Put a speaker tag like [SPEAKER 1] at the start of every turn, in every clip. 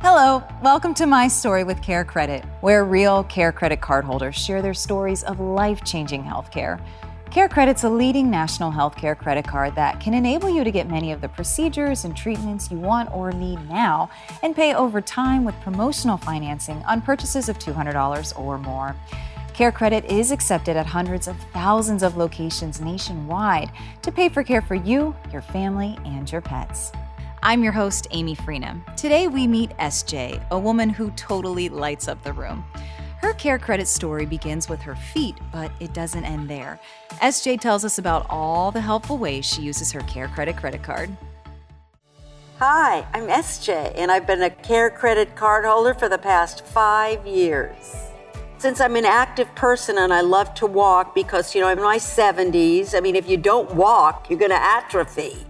[SPEAKER 1] Hello, welcome to My Story with Care Credit, where real Care Credit cardholders share their stories of life changing healthcare. Care Credit's a leading national healthcare credit card that can enable you to get many of the procedures and treatments you want or need now and pay over time with promotional financing on purchases of $200 or more. Care Credit is accepted at hundreds of thousands of locations nationwide to pay for care for you, your family, and your pets. I'm your host, Amy Freena. Today we meet SJ, a woman who totally lights up the room. Her care credit story begins with her feet, but it doesn't end there. SJ tells us about all the helpful ways she uses her care credit credit card.
[SPEAKER 2] Hi, I'm SJ, and I've been a care credit card holder for the past five years. Since I'm an active person and I love to walk because, you know, I'm in my 70s, I mean, if you don't walk, you're going to atrophy.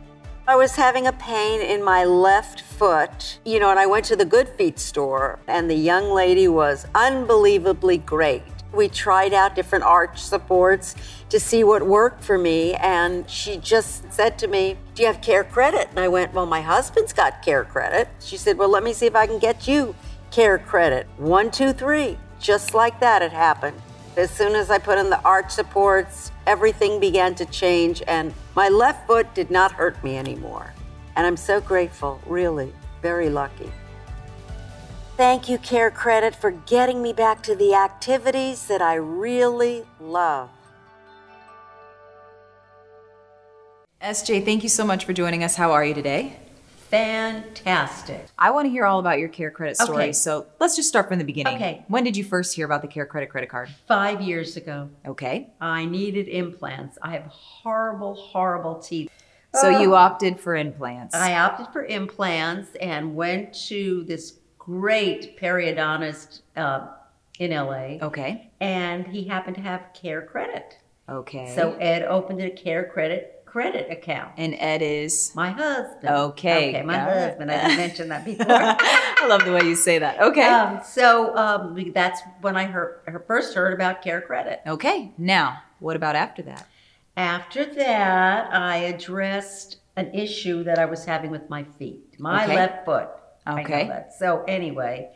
[SPEAKER 2] I was having a pain in my left foot, you know, and I went to the Good Feet store, and the young lady was unbelievably great. We tried out different arch supports to see what worked for me, and she just said to me, Do you have care credit? And I went, Well, my husband's got care credit. She said, Well, let me see if I can get you care credit. One, two, three. Just like that, it happened. As soon as I put in the arch supports, everything began to change, and my left foot did not hurt me anymore. And I'm so grateful, really, very lucky. Thank you, Care Credit, for getting me back to the activities that I really love.
[SPEAKER 1] SJ, thank you so much for joining us. How are you today?
[SPEAKER 3] Fantastic.
[SPEAKER 1] I want to hear all about your care credit story.
[SPEAKER 3] Okay.
[SPEAKER 1] So let's just start from the beginning.
[SPEAKER 3] Okay.
[SPEAKER 1] When did you first hear about the care credit credit card?
[SPEAKER 3] Five years ago,
[SPEAKER 1] Okay.
[SPEAKER 3] I needed implants. I have horrible, horrible teeth.
[SPEAKER 1] So you opted for implants.
[SPEAKER 3] I opted for implants and went to this great periodontist uh, in LA,
[SPEAKER 1] okay.
[SPEAKER 3] and he happened to have care credit.
[SPEAKER 1] Okay.
[SPEAKER 3] So Ed opened a care credit credit account.
[SPEAKER 1] and Ed is.
[SPEAKER 3] My husband.
[SPEAKER 1] Okay,
[SPEAKER 3] Okay, my
[SPEAKER 1] got it.
[SPEAKER 3] husband. I didn't mention that before.
[SPEAKER 1] I love the way you say that. Okay.
[SPEAKER 3] um, so um, we- that's when I heard, her first heard about care credit.
[SPEAKER 1] okay. Now, what about after that?
[SPEAKER 3] After that, I addressed an issue that I was having with my feet, my
[SPEAKER 1] Okay.
[SPEAKER 3] left foot. I know
[SPEAKER 1] Okay.
[SPEAKER 3] that. So anyway,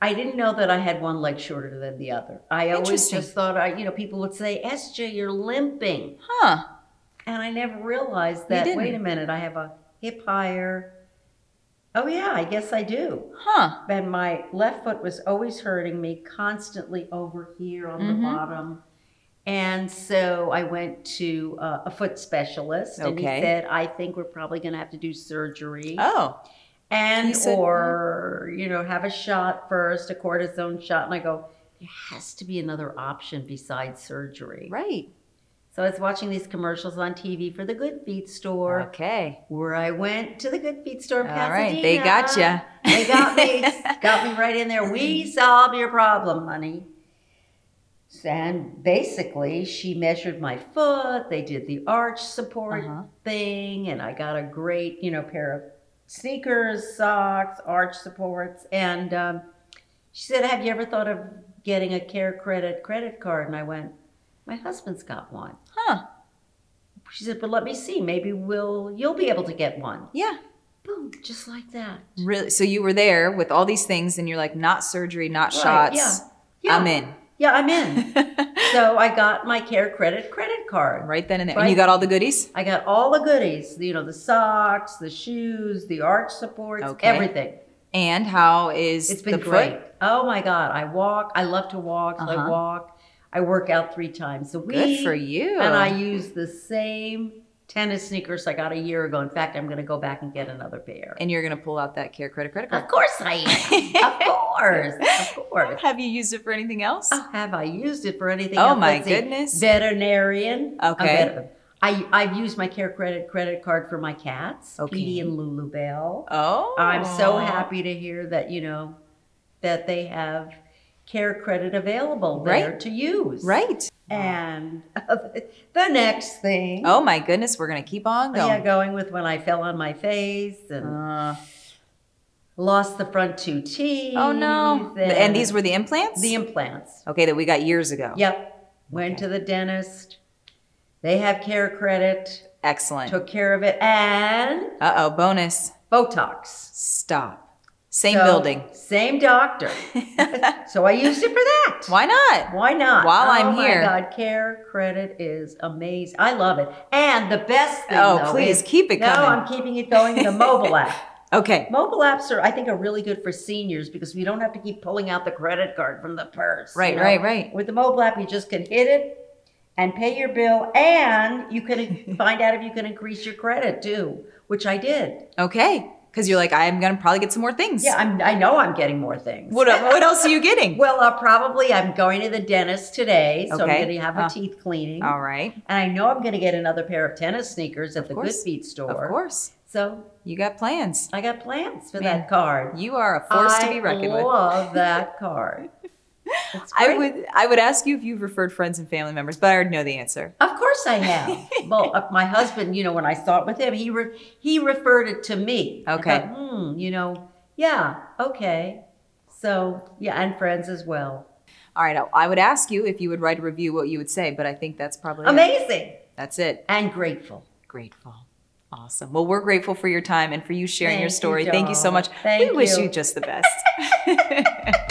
[SPEAKER 3] I didn't know that I had one leg shorter than the other. I always
[SPEAKER 1] Interesting.
[SPEAKER 3] just thought I, you know, people would say, "SJ, you're limping,"
[SPEAKER 1] Huh.
[SPEAKER 3] and I never realized that.
[SPEAKER 1] didn't.
[SPEAKER 3] Wait a minute, I have a hip higher. Oh yeah, I guess I do.
[SPEAKER 1] Huh.
[SPEAKER 3] And my left foot was always hurting me, constantly over here on
[SPEAKER 1] Mhm.
[SPEAKER 3] the bottom. And so I went to uh, a foot specialist, and he
[SPEAKER 1] Okay.
[SPEAKER 3] said, "I think we're probably going to have to do surgery,
[SPEAKER 1] Oh. He
[SPEAKER 3] and
[SPEAKER 1] said- "Mm-hmm."
[SPEAKER 3] or you know have a shot first, a cortisone shot." And I go, "There has to be another option besides surgery."
[SPEAKER 1] Right.
[SPEAKER 3] So I was watching these commercials on TV for the Good Feet store,
[SPEAKER 1] Okay.
[SPEAKER 3] where I went to the Good Feet store. In
[SPEAKER 1] All right,
[SPEAKER 3] Pasadena.
[SPEAKER 1] they got ya.
[SPEAKER 3] They got me. got me right in there. We solved your problem, honey. And basically, she measured my foot. They did the arch support
[SPEAKER 1] Uh-huh.
[SPEAKER 3] thing, and I got a great, you know, pair of sneakers, socks, arch supports. And um, she said, "Have you ever thought of getting a Care Credit credit card?" And I went, "My husband's got one."
[SPEAKER 1] Huh.
[SPEAKER 3] She said, "But let me see. Maybe we'll you'll be able to get one."
[SPEAKER 1] Yeah.
[SPEAKER 3] Boom, just like that.
[SPEAKER 1] Really. So you were there with all these things, and you're like, not surgery, not
[SPEAKER 3] Right,
[SPEAKER 1] shots.
[SPEAKER 3] Yeah.
[SPEAKER 1] I'm in.
[SPEAKER 3] Yeah, I'm in. so I got my care credit credit card.
[SPEAKER 1] right then and there.
[SPEAKER 3] Right.
[SPEAKER 1] And you got all the goodies.
[SPEAKER 3] I got all the goodies, you know, the socks, the shoes, the arch supports,
[SPEAKER 1] Okay.
[SPEAKER 3] everything.
[SPEAKER 1] And how is
[SPEAKER 3] It's been
[SPEAKER 1] the
[SPEAKER 3] great.
[SPEAKER 1] foot?
[SPEAKER 3] Oh my God. I walk. I love to walk. So I
[SPEAKER 1] Uh-huh.
[SPEAKER 3] walk. I work out three times a week.
[SPEAKER 1] Good for you.
[SPEAKER 3] And I use the same tennis sneakers I got a year ago. In fact, I'm going to go back and get another pair.
[SPEAKER 1] and you're gonna pull out that care credit credit card.
[SPEAKER 3] Of course I am. of course. Of course.
[SPEAKER 1] Have you used it for anything else?
[SPEAKER 3] Oh, have I used it for anything?
[SPEAKER 1] Oh,
[SPEAKER 3] else?
[SPEAKER 1] my
[SPEAKER 3] Let's see.
[SPEAKER 1] goodness.
[SPEAKER 3] Veterinarian. A
[SPEAKER 1] Okay.
[SPEAKER 3] veter- I I've used my care credit credit card for my cats,
[SPEAKER 1] Okay.
[SPEAKER 3] Petey and Lulu Bell.
[SPEAKER 1] Oh.
[SPEAKER 3] I'm so happy to hear that you know that they have care credit available there
[SPEAKER 1] Right.
[SPEAKER 3] to use.
[SPEAKER 1] Right.
[SPEAKER 3] And the next thing.
[SPEAKER 1] Oh my goodness, we're gonna keep on
[SPEAKER 3] Oh, Yeah,
[SPEAKER 1] going.
[SPEAKER 3] going with when I fell on my face and
[SPEAKER 1] Uh,
[SPEAKER 3] lost the front two teeth.
[SPEAKER 1] oh no.
[SPEAKER 3] And,
[SPEAKER 1] and these were the implants.
[SPEAKER 3] the implants.
[SPEAKER 1] okay that we got years ago.
[SPEAKER 3] Yep. Went to the dentist. They have care credit,
[SPEAKER 1] Excellent.
[SPEAKER 3] took care of it, and
[SPEAKER 1] Uh oh. Bonus.
[SPEAKER 3] Botox.
[SPEAKER 1] Stop. Same
[SPEAKER 3] So,
[SPEAKER 1] building.
[SPEAKER 3] Same doctor. so I used it for that.
[SPEAKER 1] Why not?
[SPEAKER 3] Why not?
[SPEAKER 1] While I'm here.
[SPEAKER 3] Oh my God, care credit is amazing. I love it. And the best thing.
[SPEAKER 1] Oh,
[SPEAKER 3] though,
[SPEAKER 1] please
[SPEAKER 3] is-
[SPEAKER 1] keep it
[SPEAKER 3] no,
[SPEAKER 1] coming.
[SPEAKER 3] I'm keeping it going. The mobile app.
[SPEAKER 1] Okay.
[SPEAKER 3] Mobile apps are, I think, are really good for seniors because we don't have to keep pulling out the credit card from the purse. you
[SPEAKER 1] Right,
[SPEAKER 3] know?
[SPEAKER 1] right, right.
[SPEAKER 3] With the mobile app, you just can hit it and pay your bill, and you can find out if you can increase your credit too, which I did.
[SPEAKER 1] Okay. Because you're like, I'm going to probably get some more things.
[SPEAKER 3] Yeah, I'm, I know I'm getting more things.
[SPEAKER 1] What, uh, what else are you getting?
[SPEAKER 3] Well, uh, probably I'm going to the dentist today, so
[SPEAKER 1] Okay.
[SPEAKER 3] I'm going to have a
[SPEAKER 1] Uh,
[SPEAKER 3] teeth cleaning.
[SPEAKER 1] All right.
[SPEAKER 3] And I know I'm going to get another pair of tennis sneakers at the
[SPEAKER 1] course.
[SPEAKER 3] Good Feet store.
[SPEAKER 1] Of course.
[SPEAKER 3] So
[SPEAKER 1] You got plans.
[SPEAKER 3] I got plans for
[SPEAKER 1] Man,
[SPEAKER 3] that card.
[SPEAKER 1] You are a force
[SPEAKER 3] I
[SPEAKER 1] to be reckoned with.
[SPEAKER 3] love that card. It's
[SPEAKER 1] I
[SPEAKER 3] great.
[SPEAKER 1] would I would ask you if you've referred friends and family members, but I already know the answer.
[SPEAKER 3] Of course I have. well, uh, my husband, you know, when I saw it with him, he re- he referred it to me. I
[SPEAKER 1] Okay.
[SPEAKER 3] thought, hmm, you know, yeah, okay. So yeah, and friends as well.
[SPEAKER 1] All right, I would ask you if you would write a review what you would say, but I think that's probably it.
[SPEAKER 3] Amazing
[SPEAKER 1] That's it.
[SPEAKER 3] and grateful.
[SPEAKER 1] Grateful. Awesome. Well, we're grateful for your time and for you sharing your
[SPEAKER 3] Thank you,
[SPEAKER 1] story. Thank you so
[SPEAKER 3] Dawn.
[SPEAKER 1] much. we
[SPEAKER 3] Thank
[SPEAKER 1] wish
[SPEAKER 3] you.
[SPEAKER 1] you just the best.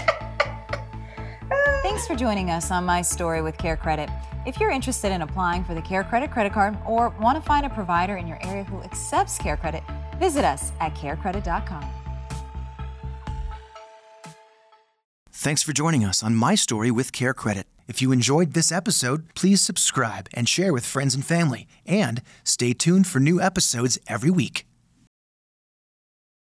[SPEAKER 1] Thanks for joining us on My Story with Care Credit. If you're interested in applying for the Care Credit credit card or want to find a provider in your area who accepts Care Credit, visit us at carecredit.com.
[SPEAKER 4] Thanks for joining us on My Story with Care Credit. If you enjoyed this episode, please subscribe and share with friends and family. And stay tuned for new episodes every week.